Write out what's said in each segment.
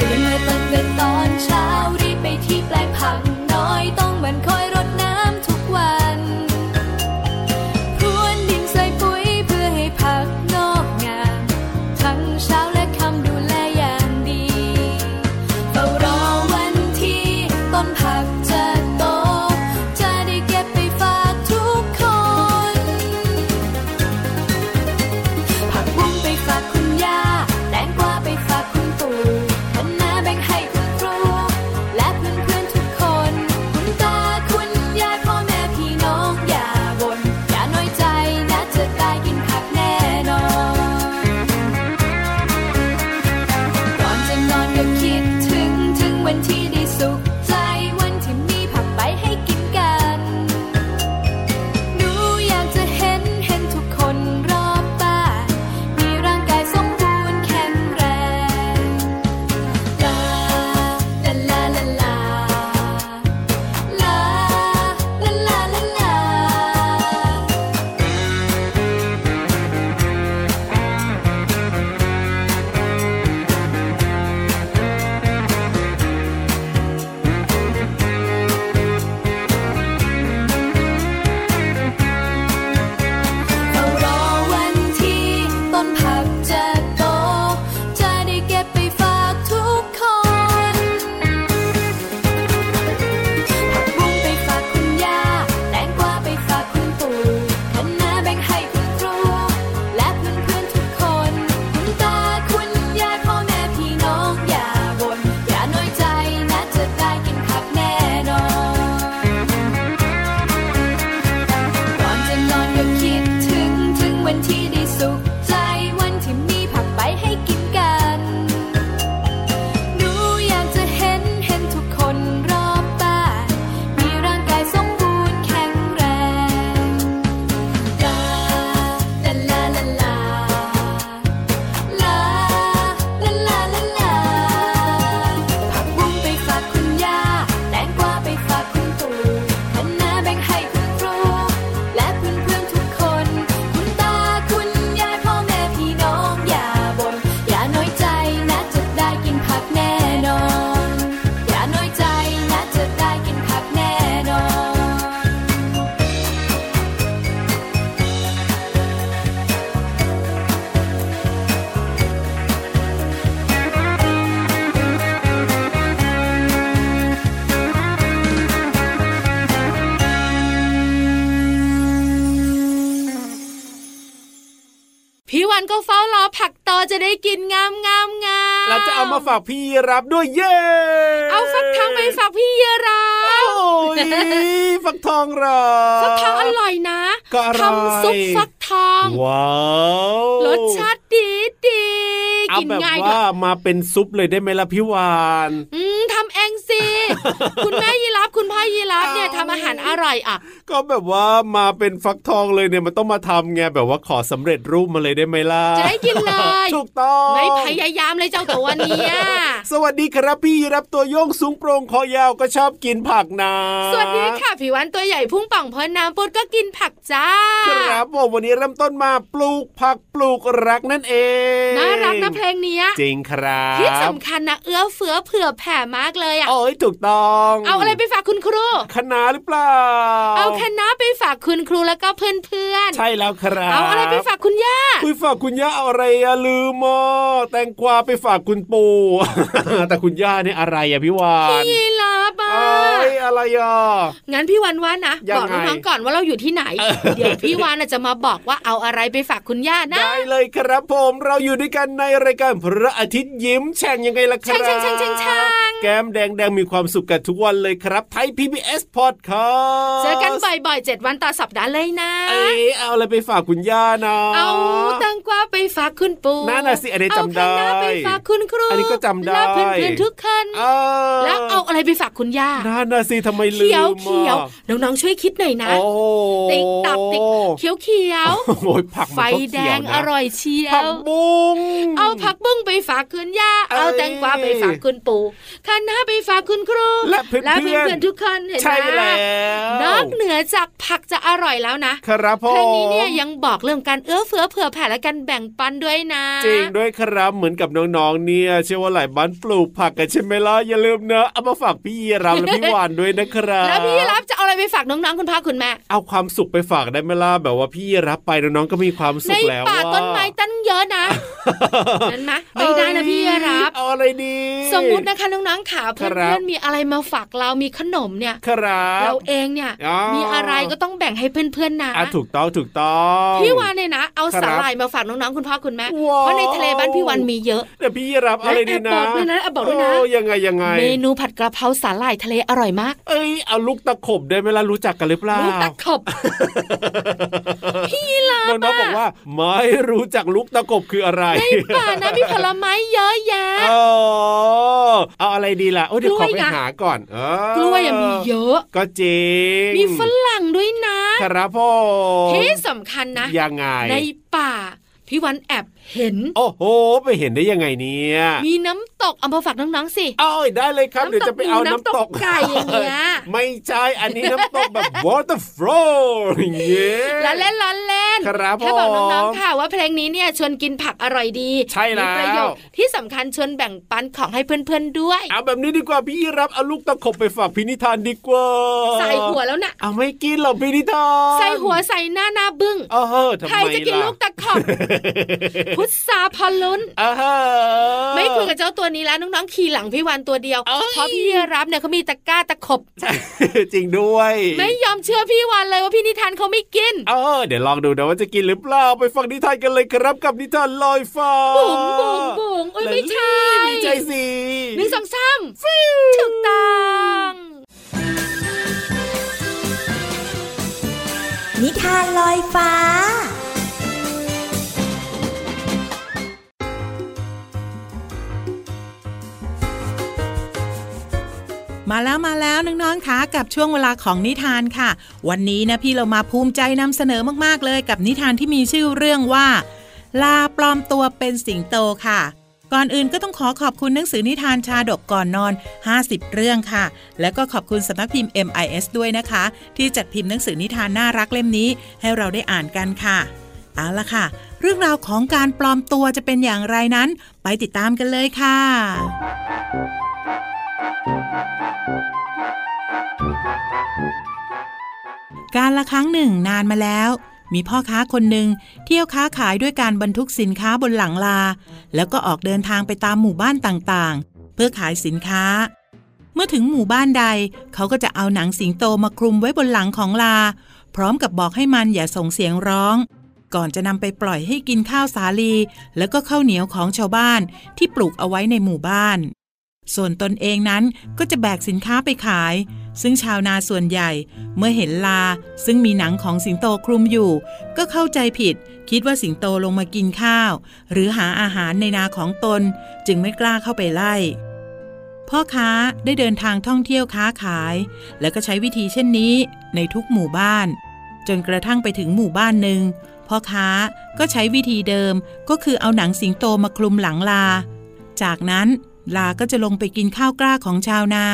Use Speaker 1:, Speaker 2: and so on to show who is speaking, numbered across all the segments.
Speaker 1: ตื่นมาตั้งแต่ตอนเช้ารีบไปที่แปลงผักน้อยต้องหมันคอยรดน้ำทุกวันพรวนดินใส่ปุ๋ยเพื่อให้ผักงอกงามทั้งเช้าและค่ำดูแลอย่างดีเฝ้ารอวันที่ต้นผักจะโต จะได้เก็บไปฝากทุกคน ผักบุ้งไปฝากคุณย่า แตงกวาไปฝากคุณปู่คะน้าแบ่งให้คุณครู และเพื่อนเพื่อนๆทุกคน คุณตาคุณยายพ่อแม่พี่น้องอย่าบ่นอย่าน้อยใจนะจะได้กินผักแน่นอน ก่อนจะนอนก็คิดถึงถึงวันที่ได้สุขใจวันที่มีผักไปให้กินกัน หนูอยากจะเห็นเห็นทุกคนรอบบ้านมีร่างกายสมบูรณ์แข็งแรงลาลาลาลาลาลาลาลาลาลา เฝ้ารอวันที่ต้นผักจะโต จะได้เก็บไปฝากทุกคน ผักบุ้งไปฝากคุณย่า แตงกวาไปฝากคุณปู่คะน้าแบ่งให้คุณครู และเพื่อนเพื่อนๆทุกคน คุณตาคุณยายพ่อแม่พี่น้องอย่าบ่นอย่าน้อยใจนะจะได้กินผักแน่นอน ก่อนจะนอนก็คิดถึงถึงวันที่ได้สุขใจวันที่มีผักไปให้กินกัน หนูอยากจะเห็นเห็นทุกคนรอบบ้านมีร่างกายสมบูรณ์แข็งแรงลาลาลาลาลาลาลาลาลาลา ผักบุ้งไปฝากคุณย่า แตงกวาไปฝากคุณปู่คะน้าแบ่งให้คุณครู และเพื่อนเพื่อนๆทุกคน คุณตาคุณยายพ่อแม่พี่น้องอย่าบ่นอย่าน้อยใจนะจะได้กินผักแน่นอน อย่าน้อยใจนะจะได้กินผักแน่นอน
Speaker 2: พี่วันก็เฝ้ารอผักตอจะได้กินงามงามงาม
Speaker 3: เราจะเอามาฝากพี่รับด้วยเย้
Speaker 2: เอาฟักทองไปฝากพี่ยรา
Speaker 3: โอ้ยฟักทองเหรอ
Speaker 2: ฟักทองอร่อยนะ
Speaker 3: ก็อร่อย
Speaker 2: ทำซุปฟักทอง
Speaker 3: ว้าว
Speaker 2: รสชาติดีดี
Speaker 3: เอา
Speaker 2: กิน
Speaker 3: แบบ
Speaker 2: ง่ายด้ว
Speaker 3: ว่าย มาเป็นซุปเลยได้ไหมล่ะพี่วาน
Speaker 2: อืมทำเองสิ คุณแม่ยีรับคุณพ่อยีรับเนี่ย
Speaker 3: เอา
Speaker 2: ทำอาหารอร่อยอ่ะ
Speaker 3: ก็แบบว่ามาเป็นฟักทองเลยเนี่ยมันต้องมาทำไงแบบว่าขอสำเร็จรูปมาเลยได้ไหมล่ะ
Speaker 2: จะได้กินเลย
Speaker 3: ถูกต้อง
Speaker 2: ไม่พยายามเลยเจ้าตัวเนี้ย
Speaker 3: สวัสดีครับพี่รับตัวโยงสูงโปรงคอยาวก็ชอบกินผักนะ
Speaker 2: สวัสดีค่ะผิววันตัวใหญ่พุ่งป่องพอน้ำปุดก็กินผักจ้า
Speaker 3: ครับผมวันนี้เริ่มต้นมาปลูกผักปลูกรักนั่นเอง
Speaker 2: น่ารักนะเพลงเนี้ย
Speaker 3: จริงครับ
Speaker 2: ที่สำคัญนะเอื้อเฟื้อเผื่อแผ่มากเลยอะ
Speaker 3: โอ้ยถูกต้อง
Speaker 2: เอาอะไรไปฝากคุณครู
Speaker 3: คณะหรือเปล่า
Speaker 2: เอาคณะไปฝากคุณครูแล้วก็เพื่อน
Speaker 3: ใช่แล้วครับ
Speaker 2: ๆเอาอะไรไปฝากคุณย่า
Speaker 3: คุยฝากคุณย่าเอาอะไรอะลืมอ่ะแตงกวาไปฝากคุณปู่ แต่คุณย่าเนี่ยอะไรอะพี่วาน
Speaker 2: ยีราฟอะ
Speaker 3: เอ้ยอะไรอ่ะ
Speaker 2: งั้นพี่วันว่านะ
Speaker 3: ยังไง
Speaker 2: บอกน้องๆก่อนว่าเราอยู่ที่ไหน
Speaker 3: เออ
Speaker 2: เดี๋ยวพี่วานน่ะจะมาบอกว่าเอาอะไรไปฝากคุณย่านะ
Speaker 3: ได้เลยครับผม เราอยู่ด้วยกันในรายการพระอาทิตย์ยิ้มแฉ่งยังไงล่ะค
Speaker 2: ช่า
Speaker 3: รั
Speaker 2: ง
Speaker 3: บ
Speaker 2: ช่างช่างช่างช่าง
Speaker 3: แก้มแดงแดงมีความสุขกันทุกวันเลยครับ ไทย PBS Podcast
Speaker 2: เจอกันบ่อยๆเจ็ดวันต่อสัปดาห์เลยนะ
Speaker 3: เอ๊ะเอาอะไรไปฝากคุณย่านะ
Speaker 2: เอาแตังกวาไปฝากคุณปู่
Speaker 3: นั่นน่ะสิอันนี้จำได้
Speaker 2: เอาคณะไปฝากคุณครู
Speaker 3: อันนี้ก็จำได้
Speaker 2: และเพื่อนๆทุกคน
Speaker 3: เอ้า
Speaker 2: แล้วเอาอะไรไปฝากคุณย่า
Speaker 3: นั่นน่ะสิทำไมลืม
Speaker 2: เขียว
Speaker 3: อ่ะ
Speaker 2: เขียวน้องๆช่วยคิดหน่อยนะ
Speaker 3: โอ้
Speaker 2: ติ๊กตับติ๊กเขียวเขียว
Speaker 3: โอ้ยผัก
Speaker 2: ไฟ
Speaker 3: มันก็
Speaker 2: แด
Speaker 3: เขียว
Speaker 2: ง
Speaker 3: นะ
Speaker 2: อร่อยเชีย
Speaker 3: ผัก
Speaker 2: ว
Speaker 3: บุ้ง
Speaker 2: เอาผักบุ้งไปฝากคุณย่า
Speaker 3: เอ้ย
Speaker 2: เอาแตงกวาไปฝากคุณปู่คะน้าไปฝากคุณครู
Speaker 3: และเพื่อนๆ
Speaker 2: เพื่อนๆทุกคนเห็น
Speaker 3: ใช่
Speaker 2: ไหม
Speaker 3: แล้ว
Speaker 2: นอกเหนือจากผักจะอร่อยแล้วนะครับ
Speaker 3: ผ
Speaker 2: ค
Speaker 3: ม
Speaker 2: รั้งนี้เนี่ยยังบอกเรื่องการเอื้อเฟื้อเผื่อแผ่และการแบ่งปันด้วยนะ
Speaker 3: จริงด้วยครับเหมือนกับน้องๆเนี่ย เชื่อว่าหลายบ้านปลูกผักกันใช่ไหมล่ะอย่าลืมเนอะเอามาฝากพี่เราและพี่วานด้วยนะครับ
Speaker 2: แล้วพี่รับจะเอาอะไรไปฝากน้องๆคุณพ่อคุณแม่
Speaker 3: เอาความสุขไปฝากได้ไหมล่ะแบบว่าพี่รับไปน้องๆก็มีความสุ
Speaker 2: ใน
Speaker 3: ขแล้ว
Speaker 2: ป่า
Speaker 3: อะ
Speaker 2: ต้นไม้ตั้งเยอะ นะนั่นไหมไม่ได้นะพี่รับ
Speaker 3: เอาอะไรดี
Speaker 2: สมมุตินะคะน้องๆขาเพื่
Speaker 3: ครั
Speaker 2: อบ นๆมีอะไรมาฝากเรามีขนมเนี่ย
Speaker 3: ครับ
Speaker 2: เราเองเนี่ย
Speaker 3: อ๋อ
Speaker 2: มีอะไรก็ต้องแบ่งให้เพื่อนๆนะ
Speaker 3: อ่ะถูกต้องถูกต้อง
Speaker 2: พี่วานเนี่ยนะ เอา
Speaker 3: ครับ
Speaker 2: สาหร่ายมาฝากน้องๆคุณพ่อคุณแม่
Speaker 3: ว้าว
Speaker 2: เพราะในทะเลบ้านพี่วันมีเยอะ
Speaker 3: เดี๋ยวพี่รับเอาอะไรดีนะ
Speaker 2: และแอบบอกด้วยนะแอบบอกด้วยนะ
Speaker 3: โยังไงยังไง
Speaker 2: เมนูผัดกระเพราสาหร่ายทะเลอร่อยมาก
Speaker 3: เอ้ยเอาลูกตะขบได้ไหมล่ะรู้จักกันหรือเปล่า
Speaker 2: ลูกตะขบ พี่ลา
Speaker 3: น้องๆบอกว่าไม่รู้จักลูกตะกบคืออะไร
Speaker 2: ในป่านะ มีผลไม้เยอะแยะ
Speaker 3: เออเอาอะไรดีล่ะโอ้ยเดี๋ยวข
Speaker 2: กล้
Speaker 3: อ
Speaker 2: วย
Speaker 3: ไป
Speaker 2: นะ
Speaker 3: หาก่อนเออก
Speaker 2: ล้วยอะมีเยอะ
Speaker 3: ก็จริง
Speaker 2: มีฝรั่งด้วยนะครับ
Speaker 3: ผม
Speaker 2: ที่สำคัญนะ
Speaker 3: ยังไง
Speaker 2: ในป่า พี่วันแอบเห็น
Speaker 3: โอ้โห ไปเห็นได้ยังไงเนี่ย
Speaker 2: มีน้ำตกเอามาฝากน้องๆสิ
Speaker 3: เอ้ยได้เลยครับ เดี๋ยวจะไปเอาน้ำ
Speaker 2: น้ำ
Speaker 3: ต
Speaker 2: ต
Speaker 3: ก
Speaker 2: กไก่อย่างเงี้ย
Speaker 3: ไม่ใช่อันนี้น้ำตกแบบ water flow อย่างเงี้ย
Speaker 2: ละเล่นละเล่น
Speaker 3: ครับ
Speaker 2: แค่บอกน้อง
Speaker 3: ผม
Speaker 2: ๆค่ะว่าเพลงนี้เนี่ยชวนกินผักอร่อยดี
Speaker 3: ใช่แล้ว
Speaker 2: มีประโยชน์ที่สำคัญชวนแบ่งปันของให้เพื่อนๆด้วย
Speaker 3: เอาแบบนี้ดีกว่าพี่รับเอาลูกตะขบไปฝากพี่นิทานดีกว่า
Speaker 2: ใส่หัวแล้วนะ
Speaker 3: เอาไม่กินหรอกพี่นิทาน
Speaker 2: ใส่หัวใส่หน้าหน้าบึ้ง
Speaker 3: เออทำไม
Speaker 2: ใครจะกินลูกตะข อบพุทธาพอลุ้น
Speaker 3: เออ
Speaker 2: ไม่คุยกับเจ้าตัวนี้แล้วน้องๆขี่หลังพี่วันตัวเดียว
Speaker 3: เอ้ย
Speaker 2: เพราะพี่รับเนี่ยเขามีตะกร้าตะขบ
Speaker 3: จริงด้วย
Speaker 2: ไม่ยอมเชื่อพี่วันเลยว่าพี่นิทานเขาไม่กิน
Speaker 3: เออเดี๋ยวลองดูนะว่าจะกินหรือเปล่า ไปฟังนิทานกันเลยครับกับนิทานลอยฟ้า
Speaker 2: บุ๋งบุ๋งบุ๋งอุ้ยไม่ใช่
Speaker 3: ไม่ใช่สิ
Speaker 2: หนึ่งสองสามถูกต้อง
Speaker 4: นิทานลอยฟ้า
Speaker 5: มาแล้วมาแล้วน้องๆคะกับช่วงเวลาของนิทานค่ะ วันนี้นะพี่เรามาภูมิใจนำเสนอมากๆเลยกับนิทานที่มีชื่อเรื่องว่า ลาปลอมตัวเป็นสิงโตค่ะ ก่อนอื่นก็ต้องขอขอบคุณหนังสือนิทานชาดกก่อนนอน 50 เรื่องค่ะ แล้วก็ขอบคุณสำนักพิมพ์ MIS ด้วยนะคะ ที่จัดพิมพ์หนังสือนิทานน่ารักเล่มนี้ ให้เราได้อ่านกันค่ะ เอาละค่ะ เรื่องราวของการปลอมตัวจะเป็นอย่างไรนั้น ไปติดตามกันเลยค่ะ การละครั้งหนึ่งนานมาแล้ว มีพ่อค้าคนหนึ่งเที่ยวค้าขายด้วยการบรรทุกสินค้าบนหลังลา แล้วก็ออกเดินทางไปตามหมู่บ้านต่างๆ เพื่อขายสินค้า เมื่อถึงหมู่บ้านใด เขาก็จะเอาหนังสิงโตมาคลุมไว้บนหลังของลา พร้อมกับบอกให้มันอย่าส่งเสียงร้อง ก่อนจะนำไปปล่อยให้กินข้าวสาลี แล้วก็ข้าวเหนียวของชาวบ้านที่ปลูกเอาไว้ในหมู่บ้าน ส่วนตนเองนั้นก็จะแบกสินค้าไปขาย ซึ่งชาวนาส่วนใหญ่ เมื่อเห็นลา ซึ่งมีหนังของสิงโตคลุมอยู่ ก็เข้าใจผิด คิดว่าสิงโตลงมากินข้าว หรือหาอาหารในนาของตน จึงไม่กล้าเข้าไปไล่ พ่อค้าได้เดินทางท่องเที่ยวค้าขาย แล้วก็ใช้วิธีเช่นนี้ในทุกหมู่บ้าน จนกระทั่งไปถึงหมู่บ้านหนึ่งพ่อค้าก็ใช้วิธีเดิมก็คือเอาหนังสิงโตมาคลุมหลังลา จากนั้นลาก็จะลงไปกินข้าวกล้าของชาวนา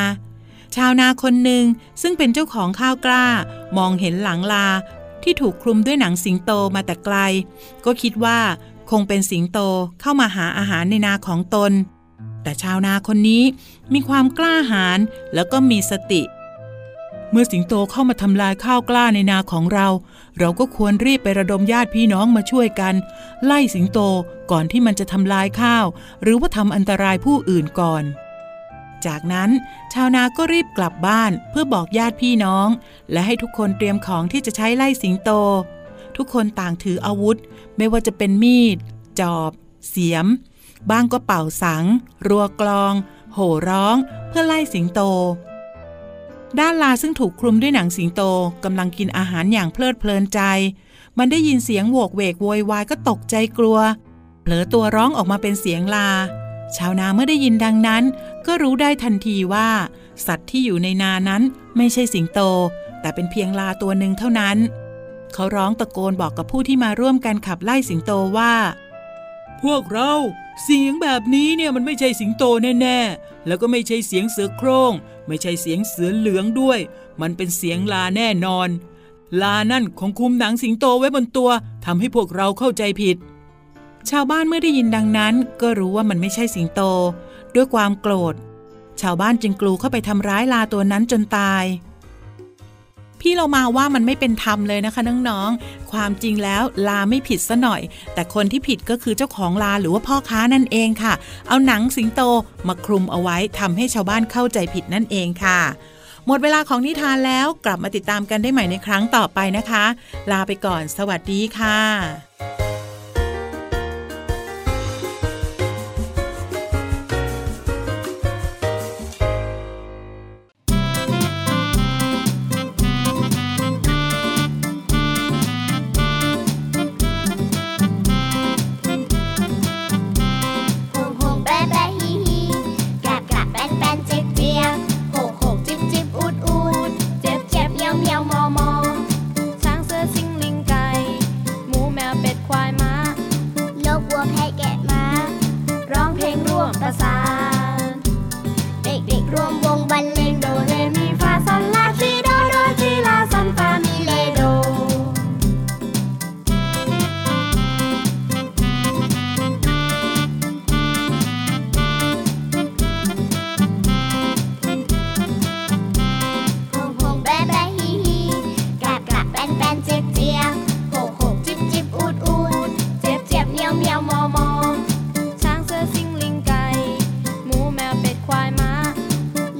Speaker 5: ชาวนาคนหนึ่งซึ่งเป็นเจ้าของข้าวกล้า มองเห็นหลังลา ที่ถูกคลุมด้วยหนังสิงโตมาแต่ไกล ก็คิดว่าคงเป็นสิงโตเข้ามาหาอาหารในนาของตน แต่ชาวนาคนนี้มีความกล้าหาญแล้วก็มีสติ เมื่อสิงโตเข้ามาทำลายข้าวกล้าในนาของเรา เราก็ควรรีบไประดมญาติพี่น้องมาช่วยกัน ไล่สิงโตก่อนที่มันจะทำลายข้าว หรือว่าทำอันตรายผู้อื่นก่อน จากนั้น ชาวนาก็รีบกลับบ้านเพื่อบอกญาติพี่น้อง และให้ทุกคนเตรียมของที่จะใช้ไล่สิงโต ทุกคนต่างถืออาวุธ ไม่ว่าจะเป็นมีด จอบ เสียม บ้างก็เป่าสัง รัวกลอง โห่ร้องเพื่อไล่สิงโต ด้านลาซึ่งถูกคลุมด้วยหนังสิงโตกำลังกินอาหารอย่างเพลิดเพลินใจ มันได้ยินเสียงโหวกเวกโวยวายก็ตกใจกลัว เผลอตัวร้องออกมาเป็นเสียงลา ชาวนาเมื่อได้ยินดังนั้น ก็รู้ได้ทันทีว่า สัตว์ที่อยู่ในนานั้นไม่ใช่สิงโต แต่เป็นเพียงลาตัวหนึ่งเท่านั้น เขาร้องตะโกนบอกกับผู้ที่มาร่วมกันขับไล่สิงโตว่า พวกเราเสียงแบบนี้เนี่ยมันไม่ใช่สิงโตแน่ๆ แล้วก็ไม่ใช่เสียงเสือโคร่ง ไม่ใช่เสียงเสือเหลืองด้วย มันเป็นเสียงลาแน่นอน ลานั่นของคุมหนังสิงโตไว้บนตัวทำให้พวกเราเข้าใจผิด ชาวบ้านเมื่อได้ยินดังนั้น ก็รู้ว่ามันไม่ใช่สิงโต ด้วยความโกรธ ชาวบ้านจึงกลูเข้าไปทำร้ายลาตัวนั้นจนตาย พี่เรามาว่ามันไม่เป็นธรรมเลยนะคะน้องๆ ความจริงแล้วลาไม่ผิดซะหน่อย แต่คนที่ผิดก็คือเจ้าของลาหรือว่าพ่อค้านั่นเองค่ะ เอาหนังสิงโตมาคลุมเอาไว้ทำให้ชาวบ้านเข้าใจผิดนั่นเองค่ะ หมดเวลาของนิทานแล้วกลับมาติดตามกันได้ใหม่ในครั้งต่อไปนะคะ ลาไปก่อน สวัสดีค่ะ
Speaker 6: หูหูแบะแบะฮีฮีกลับกลับแปนแปนเจี๊ยบเจี๊ยบหกหกจิบจิบอูดอูดเจ็บเจ็บเมียวเมียวมอมอ
Speaker 1: ช้างเสือสิงลิงไก่ หมูแมวเป็ดควายม้า
Speaker 6: นกวัวแพะแกะม้า
Speaker 1: ร้องเพลงร่วมประสาน
Speaker 6: เด็กๆรวมวงบรรเลงโดเรมีฟาซอนลาซีโดโดซีลาซอนฟามิเลโด หงหงแบะแบะฮีฮีกลับกลับแปนแปนเจี๊ยบเจี๊ยบหกหกจิบจิบอูดอูดเจี๊ยบเจี๊ยบเมียวเมียวมอมอ
Speaker 1: ช้างเสือสิงลิงไก่ หมูแมวเป็ดควายม้า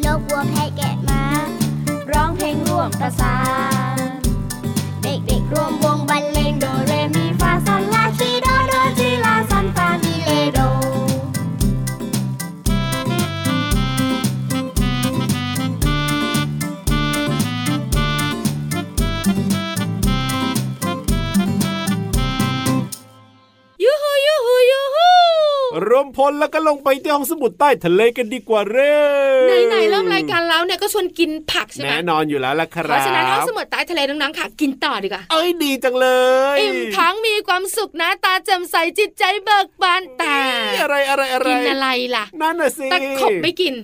Speaker 6: นกวัวแพะแกะม้า
Speaker 1: ร้องเพลงร่วมประสาน
Speaker 6: เด็กๆรวมวงบรรเลงโดเรมีฟาซอนลาซีโดโดซีลาซอนฟามิเลโด
Speaker 2: ยูฮูยูฮูยูฮู
Speaker 3: รวมพลแล้วก็ลงไปที่ห้องสมุดใต้ทะเลกันดีกว่าเร่
Speaker 2: ไหนไหนๆเริ่มรายการแล้วเนี่ยก็ชวนกินผักใช่ไหม
Speaker 3: แน่นอนอยู่แล้วล่ะค
Speaker 2: เพ
Speaker 3: รับ
Speaker 2: ราะฉะนั้นห้องสมุดใต้ทะเลน้องๆค่ะ กินต่อดีกว่า
Speaker 3: เอ้ยดีจังเลย
Speaker 2: อิ่มท้องมีความสุขนะตาแจ่มใสจิตใจเบิกบานแต่
Speaker 3: อะไรอะไรอะไร
Speaker 2: กินอะไรล่ะ
Speaker 3: นั่นน่ะสิ
Speaker 2: ตะขบไม่กิน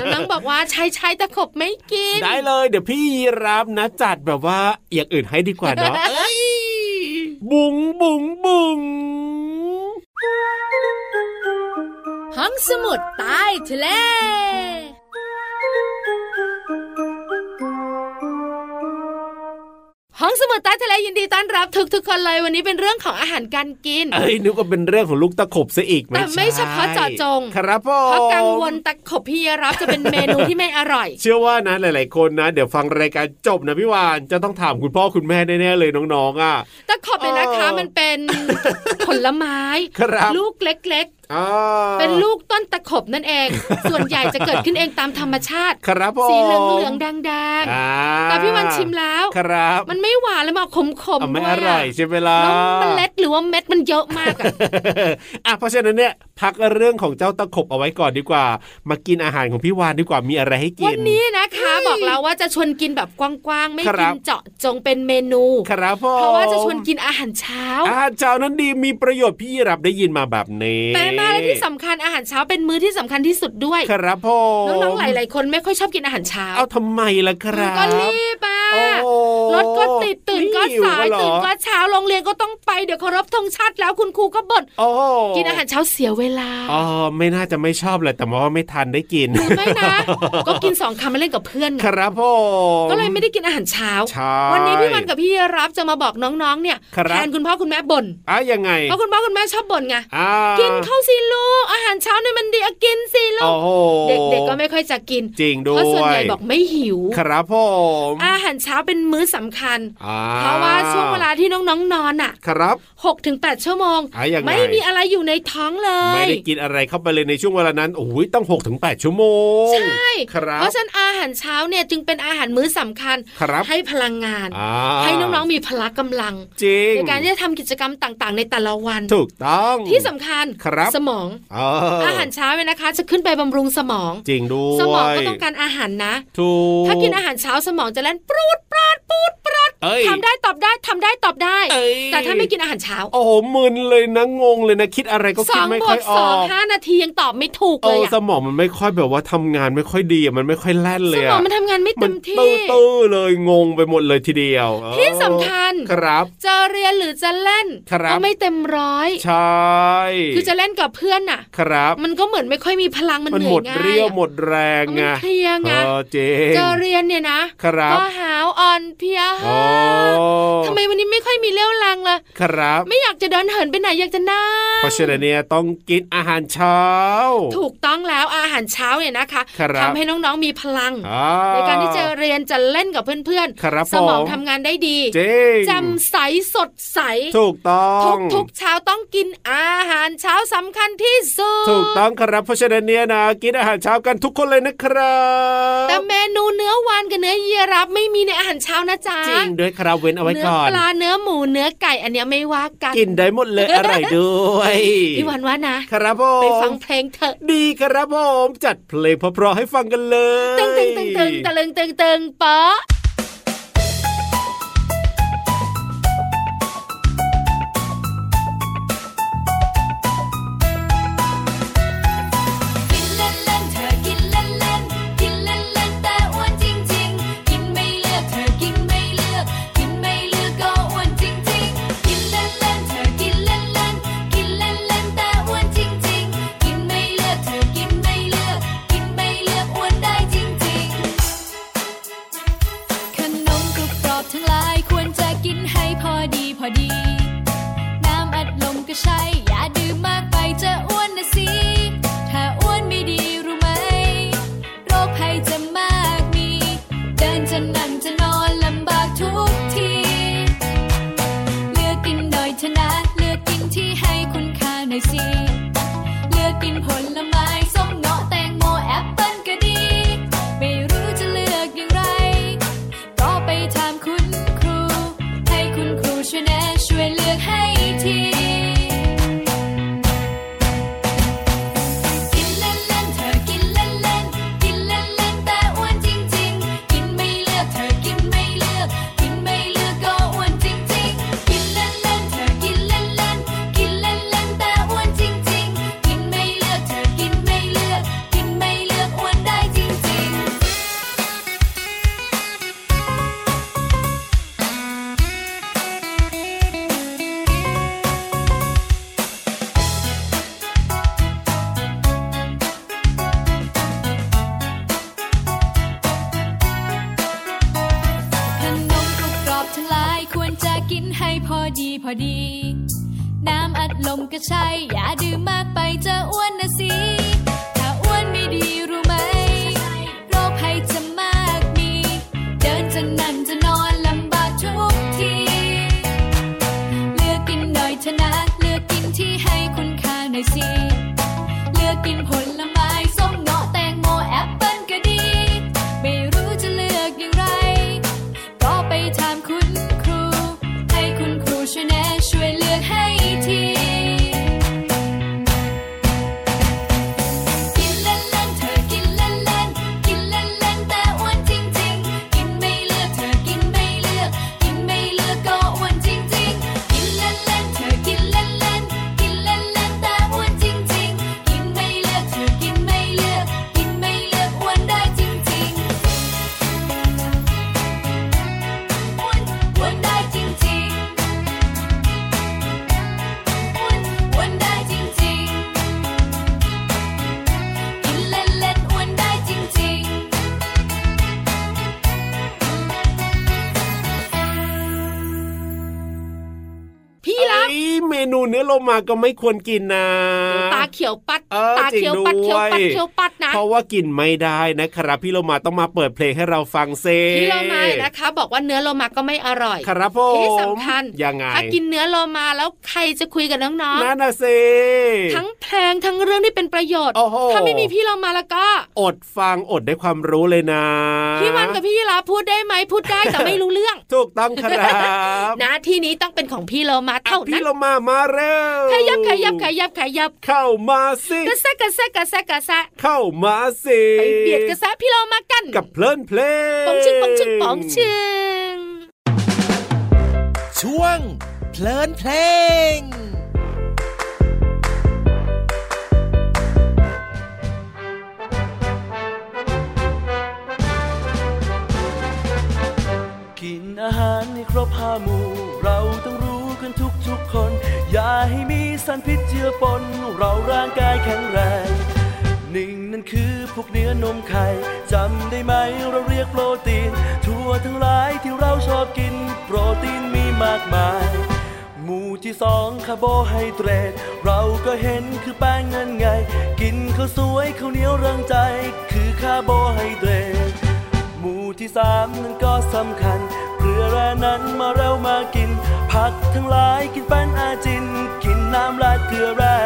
Speaker 2: น้องๆบอกว่าใช่ใช่ๆตะขบไม่กิน
Speaker 3: ได้เลย เดี๋ยวพี่ยีรับนะจัดแบบว่าอย่างอื่นให้ดีกว่าเนาะ เอ้ยบุ๋งบุ๋งบุ๋ง
Speaker 2: ห้องสมุดใต้ทะเล ห้องสมุดใต้ทะเลยินดีต้อนรับทุกๆคนเลยวันนี้เป็นเรื่องของอาหารการกิน
Speaker 3: เอ้ยนึกว่าเป็นเรื่องของลูกตะขบซะอีก
Speaker 2: แต่ไม่เฉพาะเจาะจง
Speaker 3: ครับผม
Speaker 2: เพราะกังวลตะขบพี่รับจะเป็นเมนูที่ไม่อร่อย
Speaker 3: เชื่อว่านะหลาย ๆ คนนะ เดี๋ยวฟังรายการจบนะพี่วานจะต้องถามคุณพ่อคุณแม่แน่ ๆ เลยน้อง ๆ อ่ะ
Speaker 2: ตะขบเนี่ยนะคะ
Speaker 3: อ๋อ
Speaker 2: มันเป็นผลไม้
Speaker 3: ครับ
Speaker 2: ลูกเล็ก
Speaker 3: อ่า
Speaker 2: ๆ เป็นลูกต้นตะขบนั่นเอง ส่วนใหญ่จะเกิดขึ้นเองตามธรรมชาติ
Speaker 3: ครับผม
Speaker 2: สีเหลืองเหลืองๆแดง
Speaker 3: อ่า
Speaker 2: ๆแต่พี่วันชิมแล้ว
Speaker 3: ครับ
Speaker 2: มันไม่หวานแล้วมันเอาขมขม
Speaker 3: อ่ะ
Speaker 2: ด้
Speaker 3: ไม่
Speaker 2: วย
Speaker 3: อร่อยใช่ไหมล่ะ
Speaker 2: แล้วเมล็ดหรือว่าเม็ดมันเยอะมากอะ
Speaker 3: อ่ะเพราะฉะนั้นเนี่ยพักเรื่องของเจ้าตะขบเอาไว้ก่อนดีกว่า มากินอาหารของพี่วานดีกว่ามีอะไรให้กิน
Speaker 2: วันนี้นะคะ บอกแล้วว่าจะชวนกินแบบกว้างๆ ไม่
Speaker 3: ครั
Speaker 2: กิ
Speaker 3: บ
Speaker 2: นเจาะจงเป็นเมนู
Speaker 3: ครับผม
Speaker 2: เพราะว่าจะชวนกินอาหารเช้า
Speaker 3: อาหารเช้านั้นดีมีประโยชน์พี่รับได้ยินมาแบบนี้
Speaker 2: แต่มาและที่สำคัญอาหารเช้าเป็นมื้อที่สำคัญที่สุดด้วย
Speaker 3: ครับผ
Speaker 2: น้
Speaker 3: ม
Speaker 2: องๆหลายๆคนไม่ค่อยชอบกินอาหารเช้า
Speaker 3: เอาทำไมล่ะครับ
Speaker 2: ก็รีบอ่ะ
Speaker 3: โอ้
Speaker 2: รถก็ติดตื่นก็
Speaker 3: หิว
Speaker 2: สาย
Speaker 3: เหรอ
Speaker 2: ตื่นก็เช้าโรงเรียนก็ต้องไปเดี๋ยวเคารพธงชาติแล้วคุณครูก็บ่น
Speaker 3: โอ้
Speaker 2: กินอาหารเช้าเสียเวลา
Speaker 3: อ๋อไม่น่าจะไม่ชอบเลยแต่ว่าไม่ทันได้กิน
Speaker 2: หรือไม่นะ ก็กินสองคำมาเล่นกับเพื่อนไง
Speaker 3: ครับผม
Speaker 2: ก็เลยไม่ได้กินอาหารเช้า
Speaker 3: ใช่
Speaker 2: วันนี้พี่วันกับพี่รับจะมาบอกน้องๆ เนี่ย
Speaker 3: ครับ
Speaker 2: แทนคุณพ่อคุณแม่บ่น
Speaker 3: อ่ะยังไง
Speaker 2: เพราะคุณพ่อคุณแม่ชอบบ่นไง
Speaker 3: อ่า
Speaker 2: กินข้าวสิลูก อาหารเช้าเนี่ยมันดีอะกินสิลู
Speaker 3: โอ้
Speaker 2: ก
Speaker 3: โห
Speaker 2: เด็กๆ ก็ไม่ค่อยจะกิน
Speaker 3: จริงด้วย
Speaker 2: เพราะส่วนใหญ่บอกไม่หิว
Speaker 3: ครับผม
Speaker 2: อาหารเช้าเป็นมื้อสำ ำคัญ
Speaker 3: อ่
Speaker 2: เพราะว่าช่วงเวลาที่น้องๆนอนอ่ะ
Speaker 3: ครับ
Speaker 2: หกถึงแปดชั่วโมง
Speaker 3: อ่ะยังไง
Speaker 2: ไม่มีอะไรอยู่ในท้องเล
Speaker 3: ไม่
Speaker 2: ย
Speaker 3: ได้กินอะไรเข้าไปเลยในช่วงเวลานั้นโอ้ยต้อง6กถึงแชั่วโมง
Speaker 2: ใช่
Speaker 3: ครั
Speaker 2: เพ
Speaker 3: บ
Speaker 2: ราะฉะนั้นอาหารเช้าเนี่ยจึงเป็นอาหารมื้อสำคัญ
Speaker 3: ครับ
Speaker 2: ให้พลังงาน
Speaker 3: อ่า
Speaker 2: ให้น้องๆมีพละกำลัง
Speaker 3: จริง
Speaker 2: ในการที่จะทำกิจกรรมต่างๆ ในแต่ละวัน
Speaker 3: ถูกต้อง
Speaker 2: ที่สำคัญ
Speaker 3: ครับ
Speaker 2: สมอง
Speaker 3: เอออา
Speaker 2: หารเช้าเนี่ยนะคะ จะขึ้นไปบำรุงสมอง
Speaker 3: จริงด้วย
Speaker 2: สมองก็ต้องการอาหารนะ
Speaker 3: ถูก
Speaker 2: ถ้ากินอาหารเช้าสมองจะเล่นปรูดปราดปรูดปราด
Speaker 3: เอ้ย
Speaker 2: ทำได้ตอบได้ทำได้ตอบได้
Speaker 3: เอ้ย
Speaker 2: แต่ถ้าไม่กินอาหารเช้า
Speaker 3: โอ้โหมึนเลยนะงงเลยนะคิดอะไรก็
Speaker 2: ส
Speaker 3: คิด
Speaker 2: อง
Speaker 3: ไม่
Speaker 2: บ
Speaker 3: ค่
Speaker 2: ว
Speaker 3: อก ยอ
Speaker 2: สอ
Speaker 3: อง ก
Speaker 2: ห้านาทียังตอบไม่ถูก
Speaker 3: เอ
Speaker 2: เลย
Speaker 3: อ
Speaker 2: อะ
Speaker 3: สมองมันไม่ค่อยแบบว่าทำงานไม่ค่อยดีอะมันไม่ค่อยแล่นเล
Speaker 2: ส
Speaker 3: ย
Speaker 2: มอ
Speaker 3: อะ
Speaker 2: งมันทำงานไม่
Speaker 3: มั
Speaker 2: เต็
Speaker 3: น
Speaker 2: มที่
Speaker 3: ตื้อตื้อเลยงงไปหมดเลยทีเดียวเออ
Speaker 2: ที่สำคัญ
Speaker 3: ครับ
Speaker 2: จะเรียนหรือจะเล่น
Speaker 3: ครับ
Speaker 2: ก็ไม่เต็มร้อย
Speaker 3: ใช่
Speaker 2: คือจะเล่นกับเพื่อนน่ะ
Speaker 3: ครับ
Speaker 2: มันก็เหมือนไม่ค่อยมีพลังมัน
Speaker 3: มัน
Speaker 2: เหนื่
Speaker 3: หม
Speaker 2: อย
Speaker 3: ด
Speaker 2: ง่าย
Speaker 3: เรี่ยว
Speaker 2: อะ
Speaker 3: หมดแรงไง
Speaker 2: มันเพลียไง
Speaker 3: เออจริง
Speaker 2: จะเรียนเนี่ยนะครับ ก็หาวอ่อนเพลีย
Speaker 3: อ๋อ
Speaker 2: ทำไมวันนี้ไม่ค่อยมีเรี่ยวแรงเลย
Speaker 3: ครับ
Speaker 2: ไม่อยากจะเดินเหินไปไหนอยากจะนั่ง
Speaker 3: เพราะฉะนั้นเนี่ยต้องกินอาหารเช้า
Speaker 2: ถูกต้องแล้วอาหารเช้าเนี่ยนะคะ
Speaker 3: ครับ
Speaker 2: ทำให้น้องๆมีพลัง
Speaker 3: อ่
Speaker 2: ในการที่จะเรียนจะเล่นกับเพื่อน
Speaker 3: ครับ
Speaker 2: สมอง
Speaker 3: ผม
Speaker 2: ทำงานได้ดี
Speaker 3: จริง
Speaker 2: จำใสสดใส
Speaker 3: ถูกต้อง
Speaker 2: ทุกๆเช้าต้องกินอาหารเช้าสำคัญที่สุด
Speaker 3: ถูกต้องครับเพราะฉะนั้นเนี่ยนะกินอาหารเช้ากันทุกคนเลยนะครับ
Speaker 2: แต่เมนูเนื้อวานกับเนื้อยีรับไม่มีในอาหารเช้านะจ๊ะ
Speaker 3: จริงด้วยครับเว้นเอาไว้
Speaker 2: เนื้อ
Speaker 3: ก่อน
Speaker 2: ปลาเนื้อหมูเนื้อไก่อันเนี้ยไม่ว่ากัน
Speaker 3: กินได้หมดเลย อร่อยด้วย
Speaker 2: พี่วันว่านะครับ
Speaker 3: ผม
Speaker 2: ไปฟังเพลงเถอะ
Speaker 3: ดีครับผมจัดเพลงเพราะๆให้ฟังกันเลย
Speaker 2: ตึงตึงตึงตึงตะลึงตึงตึงเปาะ
Speaker 1: กินเล่นเล่นเธอกินเล่นเล่นกินเล่นเล่นแต่อ้วนจริงจริงกินไม่เลือกเธอกินไม่เลือก กินไม่เลือกก็อ้วนจริงจริงกินเล่นเล่นเธอกินเล่นเล่นกินเล่นเล่นแต่อ้วนจริงจริงกินไม่เลือกเธอกินไม่เลือก กินไม่เลือกอ้วนได้จริงจริง ขนมกรุบกรอบทั้งหลายควรจะกินให้พอดีพอดี น้ำอัดลมก็ใช่ อย่าดื่มมากไปจะอ้วนนะสิ ถ้าอ้วนไม่ดีรู้ไหม โรคภัยจะมากมี เดินจะนั่งจะนอนลำบากทุกที เลือกกินหน่อยเถอะนะ เลือกกินที่ให้คุณค่าหน่อยสิ เลือกกินผลไม้ส้มเงาะแตงโมแอปเปิ้ลก็ดี ไม่รู้จะเลือกอย่างไร ก็ไปถามคุณครู ให้คุณครูช่วยแนะช่วยเลือกให้ที กินเล่นเล่นเธอกินเล่นเล่นกินเล่นเล่นแต่อ้วนจริงจริงกินไม่เลือกเธอกินไม่เลือก กินไม่เลือกก็อ้วนจริงจริงกินเล่นเล่นเธอกินเล่นเล่นกินเล่นเล่นแต่อ้วนจริงจริงกินไม่เลือกเธอกินไม่เลือก กินไม่เลือกอ้วนได้จริงจริง ขนมกรุบกรอบทั้งหลายควรจะกินให้พอดีพอดี น้ำอัดลมก็ใช่ อย่าดื่มมากไปจะอ้วนนะสิ ถ้าอ้วนไม่ดีรู้ไหม โรคภัยจะมากมี เดินจะนั่งจะนอนลำบากทุกที เลือกกินหน่อยเถอะนะ เลือกกินที่ให้คุณค่าหน่อยสิ เลือกกินผลไม้ส้มเงาะแตงโมแอปเปิ้ลก็ดี ไม่รู้จะเลือกอย่างไร ก็ไปถามคุณครู ให้คุณครูช่วยแนะช่วยเลือกให้ที กินเล่นเล่นเธอกินเล่นเล่นกินเล่นเล่นแต่อ้วนจริงจริงกินไม่เลือกเธอกินไม่เลือก กินไม่เลือกก็อ้วนจริงจริงกินเล่นเล่นเธอกินเล่นเล่นกินเล่นเล่นแต่อ้วนจริงจริงกินไม่เลือกเธอ
Speaker 3: เมนูเนื้อโลมาก็ไม่ควรกินนะ
Speaker 2: ตาเขียวปัด
Speaker 3: เออ
Speaker 2: ตาเขียวปัด
Speaker 3: จริ
Speaker 2: เขี
Speaker 3: ง
Speaker 2: ยว
Speaker 3: ด้วย
Speaker 2: ปัดเขียวปัดนะ
Speaker 3: เพราะว่ากินไม่ได้นะครับ พี่โลมาต้องมาเปิดเพลงให้เราฟังเซ
Speaker 2: พี่โลมานะคะ บอกว่าเนื้อโลมาก็ไม่อร่อย
Speaker 3: ครับผม
Speaker 2: ที่สำคัญ
Speaker 3: ยังไง
Speaker 2: ถ้ากินเนื้อโลมาแล้วใครจะคุยกับน้อง
Speaker 3: นั่นนะเซ
Speaker 2: ๆทั้งเพลงทั้งเรื่องที่เป็นประโยชน์
Speaker 3: โอ้โห
Speaker 2: ถ้าไม่มีพี่โลมาแล้วก็
Speaker 3: อดฟังอดได้ความรู้เลยนะ
Speaker 2: พี่วันกับพี่ยีราฟพูดได้ไหมพูด ได้แต่ไม่รู้เรื่อง
Speaker 3: ถูกต้องครับ
Speaker 2: หนะที่นี้ต้องเป็นของพี่โลมาเท่า
Speaker 3: พี่
Speaker 2: นั้น
Speaker 3: โลมามาเร็ว
Speaker 2: ขยับขยับขยับขยับ
Speaker 3: เข้ามาสิ
Speaker 2: กระแซะกระแซะกระแซะกระแซะ
Speaker 3: เข้ามาสิ
Speaker 2: ไปเบียดกระแซะพี่โลมากัน
Speaker 3: กับเพลินเพลง
Speaker 2: ปองชึงปองชึงปองชึง
Speaker 4: ช่วงเพลินเพลง
Speaker 7: กินอาหารให้ครบห้าหมู่ เราต้องรู้กันทุกทุกๆคน อย่าให้มีสารพิษเจือปน เราร่างกายแข็งแรง หนึ่งนั่นคือพวกเนื้อนมไข่จำได้ไหมเราเรียกโปรตีน ทั่วทั้งหลายที่เราชอบกิน โปรตีนมีมากมาย หมู่ที่สองคาร์โบไฮเดรตเราก็เห็นคือแป้งนั่นไง กินข้าวสวยข้าวเหนียวเรังใจ คือคาร์โบไฮเดรต หมู่ที่สามนั้นก็สำคัญเกลือแร่นั้นมาเร็วมากิน ผักทั้งหลายกินเป็นอาจิน กินน้ำราดเกลือแร่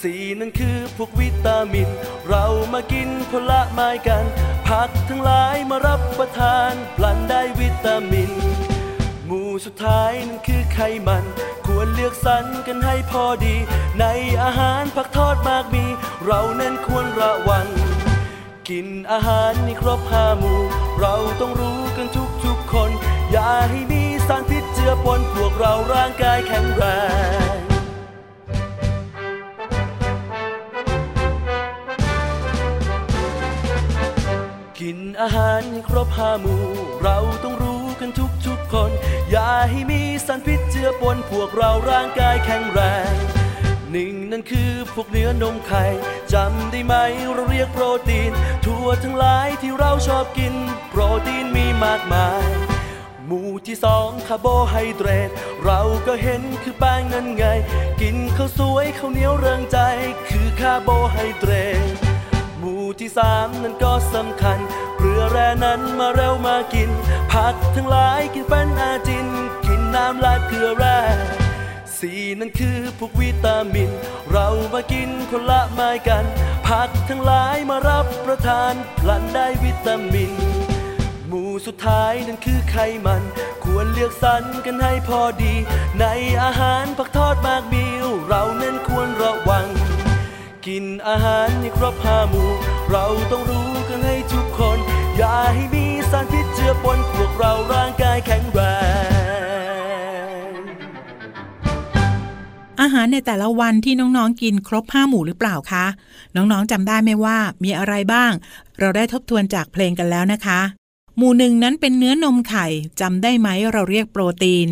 Speaker 7: สี่นั่นคือพวกวิตามิน เรามากินผลไม้กัน ผักทั้งหลายมารับประทานปลันได้วิตามิน หมู่สุดท้ายนั่นคือไขมัน ควรเลือกสรรกันให้พอดี ในอาหารผักทอดมากมี เรานั้นควรระวัง กินอาหารให้ครบห้าหมู่ เราต้องรู้กันทุกทุกๆคน อย่าให้มีสารพิษเจือปนพวกเราร่างกายแข็งแรง กินอาหารให้ครบห้าหมู่ เราต้องรู้กันทุกทุกๆคน อย่าให้มีสารพิษเจือปนพวกเราร่างกายแข็งแรง หนึ่งนั่นคือพวกเนื้อนมไข่จำได้ไหมเราเรียกโปรตีน ทั่วทั้งหลายที่เราชอบกิน โปรตีนมีมากมาย หมู่ที่สองคาร์โบไฮเดรตเราก็เห็นคือแป้งนั่นไง กินข้าวสวยข้าวเหนียวเริงใจ คือคาร์โบไฮเดรต หมู่ที่สามนั้นก็สำคัญเกลือแร่นั้นมาเร็วมากิน ผักทั้งหลายกินเป็นอาจิน กินน้ำลาดเกลือแร่สี่นั่นคือพวกวิตามิน เรามากินผลไม้กัน ผักทั้งหลายมารับประทานพลันได้วิตามิน หมู่สุดท้ายนั่นคือไขมัน ควรเลือกสรรกันให้พอดี ในอาหารผักทอดมากมีเราเน้นควรระวัง กินอาหารให้ครบห้าหมู่ เราต้องรู้กันให้ทุกคน อย่าให้มีสารพิษเจือปนพวกเราร่างกายแข็งแรง
Speaker 5: อาหารในแต่ละวันที่น้องๆ กินครบห้าหมู่หรือเปล่าคะ น้องๆจำได้ไหมว่ามีอะไรบ้าง เราได้ทบทวนจากเพลงกันแล้วนะคะ หมู่หนึ่งนั้นเป็นเนื้อนมไข่จำได้ไหมเราเรียกโปรตีน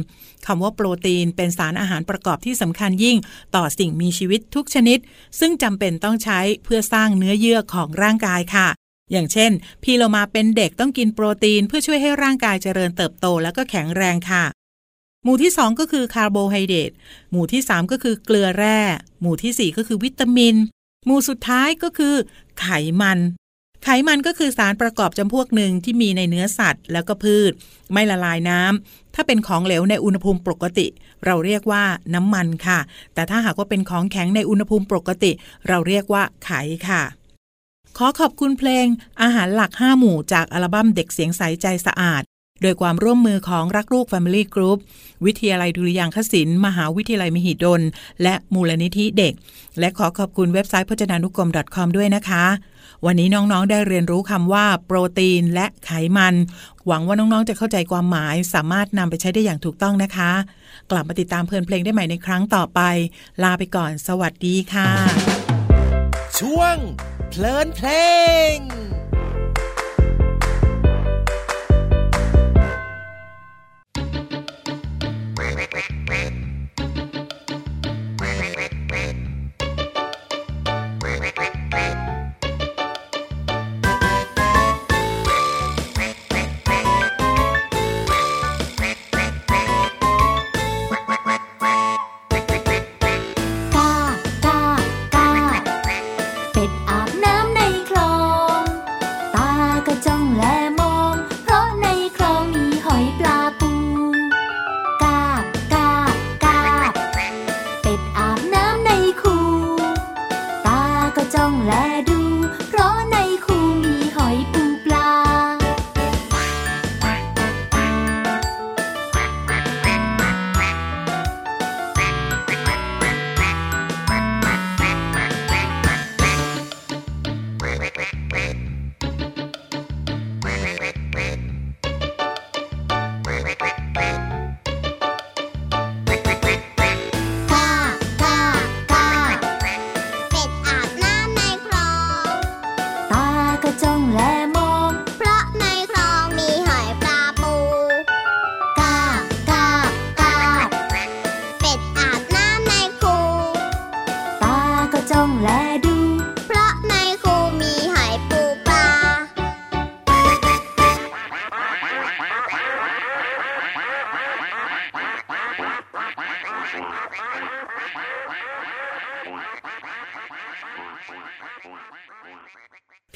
Speaker 5: คำว่าโปรตีนเป็นสารอาหารประกอบที่สำคัญยิ่ง ต่อสิ่งมีชีวิตทุกชนิด ซึ่งจำเป็นต้องใช้เพื่อสร้างเนื้อเยื่อของร่างกายค่ะ อย่างเช่น พี่เรามาเป็นเด็กต้องกินโปรตีน เพื่อช่วยให้ร่างกายเจริญเติบโตและก็แข็งแรงค่ะ หมู่ที่ 2 ก็คือคาร์โบไฮเดรต หมู่ที่ 3 ก็คือเกลือแร่ หมู่ทีสี่ 4 ก็คือวิตามิน หมู่สุดท้ายก็คือ ไขมัน ไขมันก็คือสารประกอบจำพวกหนึ่งที่มีในเนื้อสัตว์ แล้วก็พืช ไม่ละลายน้ำ ถ้าเป็นของเหลวในอุณหภูมิปกติ เราเรียกว่าน้ำมันค่ะ แต่ถ้าหากว่าเป็นของแข็งในอุณหภูมิปกติ เราเรียกว่าไขค่ะ ขอขอบคุณเพลง อาหารหลัก 5 หมู่จากอัลบั้มเด็กเสียงใสใจสะอาด โดยความร่วมมือของรักลูก Family Group วิทยาลัยดุริยางคศิลป์มหาวิทยาลัยมหิดล และมูลนิธิเด็ก และขอขอบคุณเว็บไซต์พจนานุกรม .com ด้วยนะคะ วันนี้น้องๆ ได้เรียนรู้คำว่า โปรตีนและไขมัน หวังว่าน้องๆ จะเข้าใจความหมายสามารถนำไปใช้ได้อย่างถูกต้องนะคะ กลับมาติดตามเพลินเพลงได้ใหม่ในครั้งต่อไป ลาไปก่อน สวัสดีค่ะ
Speaker 4: ช่วงเพลินเพลง
Speaker 6: เ เป็ดอาบน้ำในคูตาก็จ้องแลดู เพราะในคูมีหอยปูปลา กากากาเป็ดอาบน้ำในคลอง ตาก็จ้องและมอง เพราะในคลองมีหอยปลาปู กากากาเป็ดอาบน้ำในคูตาก็จ้องและดู เพราะในคูมีหอยปูปลา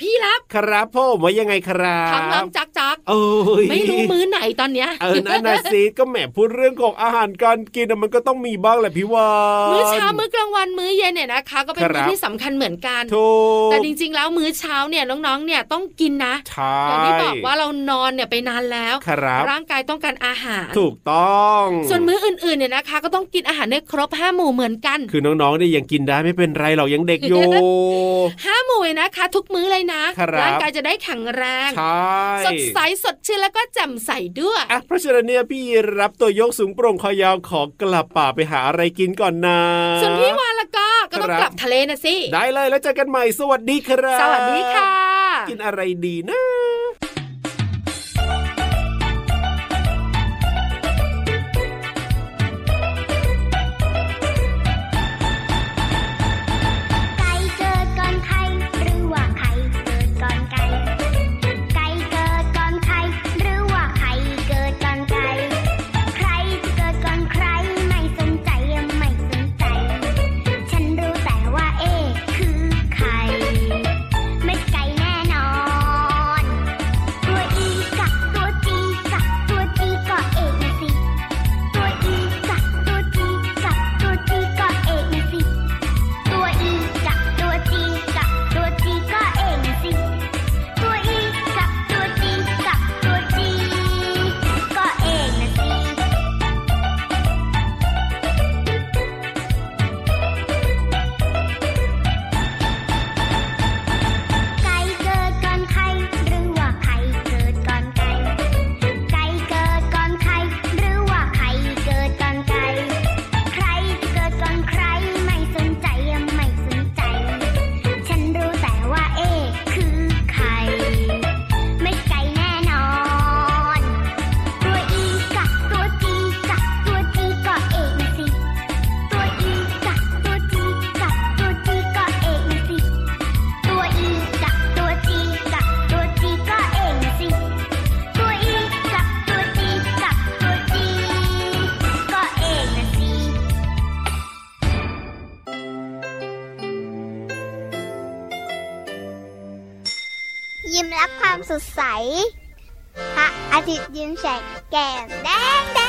Speaker 2: พี่รับ
Speaker 3: ครับพ่อไว้ยังไงครับ
Speaker 2: ท้องร้องจักจัก
Speaker 3: โอ้ย
Speaker 2: ไม่รู้มื้อไหนตอนเนี้ย
Speaker 3: เออนั่นนะซีก็แหมพูดเรื่องของอาหารการกินน่ะมันก็ต้องมีบ้างแหละพี่วาน
Speaker 2: มื้อเช้ามื้อกลางวันมื้อเย็นเนี่ยนะคะ ก็เป็น
Speaker 3: ครับ
Speaker 2: มื้อที่สำคัญเหมือนกัน
Speaker 3: ถูก
Speaker 2: แต่จริงๆ แล้วมื้อเช้าเนี่ยน้องๆ เนี่ยต้องกินนะ
Speaker 3: ใช่
Speaker 2: อย่างที่บอกว่าเรานอนเนี่ยไปนานแล้ว
Speaker 3: ครับ
Speaker 2: ร่างกายต้องการอาหาร
Speaker 3: ถูกต้อง
Speaker 2: ส่วนมื้ออื่นๆ เนี่ยนะคะ ก็ต้องกินอาหารได้ครบห้าหมู่เหมือนกัน
Speaker 3: คือน้องๆเนี่ยยังกินได้ไม่เป็นไรหรอกยังเด็ก อยู่
Speaker 2: ห้าหมู่เลยนะคะ ทุกมื้อเลยนะ
Speaker 3: ครับ
Speaker 2: ร่างกายจะได้แข็งแรง
Speaker 3: ใช่
Speaker 2: สดใสสดชื่นแล้วก็แจ่มใสด้วย
Speaker 3: อ่ะเพราะฉะนั้นเนี่ยพี่รับตัวโยกสูงโปร่งคอยาวขอกลับป่าไปหาอะไรกินก่อนนะ
Speaker 2: ส่วนพี่วานละก็ก็ต้อง
Speaker 3: ครับ
Speaker 2: กลับทะเลนะสิ
Speaker 3: ได้เลยแล้วเจอกันใหม่สวัสดีครับ
Speaker 2: สวัสดีค่ะ
Speaker 3: กินอะไรดีนะ
Speaker 6: ไก่เกิดก่อนไข่หรือว่าไข่เกิดก่อนไก่ ไก่เกิดก่อนไข่หรือว่าไข่เกิดก่อนไก่ ใครจะเกิดก่อนใครไม่สนใจไม่สนใจ ฉันรู้แต่ว่าเอ๊ะคือไข่เม็ดไก่แน่นอน ตัวอีกับตัวจีกับตัวจีก็เอกนะสิ ตัวอีกับตัวจีกับตัวจีก็เอกนะสิ ตัวอีกับตัวจีกับตัวจีก็เองสิ ตัวอีกับตัวจีกับตัวจีก็เองนะสิ ไก่เกิดก่อนไข่หรือว่าไข่เกิดก่อนไก่ ไก่เกิดก่อนไข่หรือว่าไข่เกิดก่อนไก่ ใครจะเกิดก่อนใครไม่สนใจไม่สนใจ ฉันรู้แต่ว่าเอ๊ะคือไข่ไม่ไก่แน่นอน ตัวอีกับตัวจีกับตัวจีก็เอกนะสิ ตัวอีกับตัวจีกับตัวจีก็เอกนะสิ ตัวอีกับตัวจีกับตัวจีก็เอกนะสิ ตัวอีกับตัวจีกับตัวจีก็เอกนะสิ ยิ้มรับความสดใส พระอาทิตย์ยิ้มแฉกแก้มแดงแด